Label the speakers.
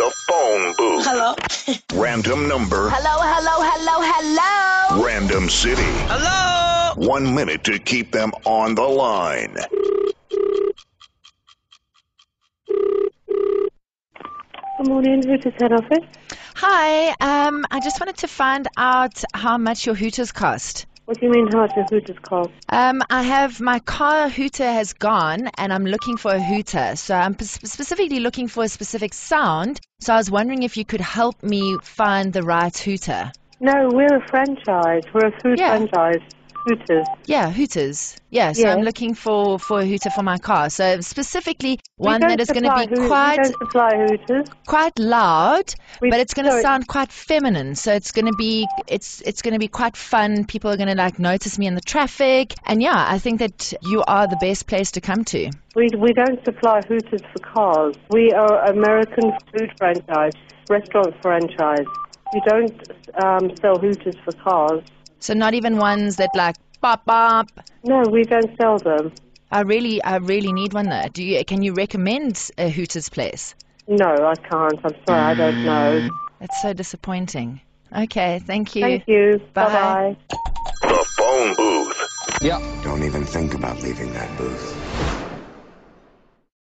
Speaker 1: phone booth.
Speaker 2: Hello.
Speaker 1: Random number.
Speaker 2: Hello, hello, hello, hello.
Speaker 1: Random city.
Speaker 3: Hello.
Speaker 1: One minute to keep them on the line.
Speaker 4: Good morning, Hooters head office.
Speaker 5: Hi, um, I just wanted to find out how much your hooters cost.
Speaker 4: What do you mean, how does Hooters call?
Speaker 5: Um, I have my car hooter has gone, and I'm looking for a hooter. So I'm p- specifically looking for a specific sound. So I was wondering if you could help me find the right hooter.
Speaker 4: No, we're a franchise. We're a food
Speaker 5: Yeah.
Speaker 4: franchise. Hooters.
Speaker 5: Yeah, hooters. Yeah, so I'm
Speaker 4: Yes.
Speaker 5: looking for, for a hooter for my car. So specifically one
Speaker 4: we
Speaker 5: that is going to be
Speaker 4: quite. We
Speaker 5: quite
Speaker 4: don't supply Hooters.
Speaker 5: quite loud,
Speaker 4: We-
Speaker 5: but it's going to
Speaker 4: sorry.
Speaker 5: sound quite feminine. So it's going to be it's it's going to be quite fun. People are going to like notice me in the traffic, and yeah, I think that you are the best place to come to.
Speaker 4: We, we don't supply Hooters for cars. We are American food franchise, restaurant franchise. We don't um, sell Hooters for cars.
Speaker 5: So not even ones that like bop bop.
Speaker 4: No, we don't sell them.
Speaker 5: I really I really need one though. Do you can you recommend a Hooters place?
Speaker 4: No, I can't. I'm sorry, I don't
Speaker 5: Mm.
Speaker 4: know.
Speaker 5: That's so disappointing. Okay, thank you.
Speaker 4: Thank you.
Speaker 5: Bye.
Speaker 4: Bye-bye.
Speaker 1: The phone booth.
Speaker 6: Don't even think about leaving that booth.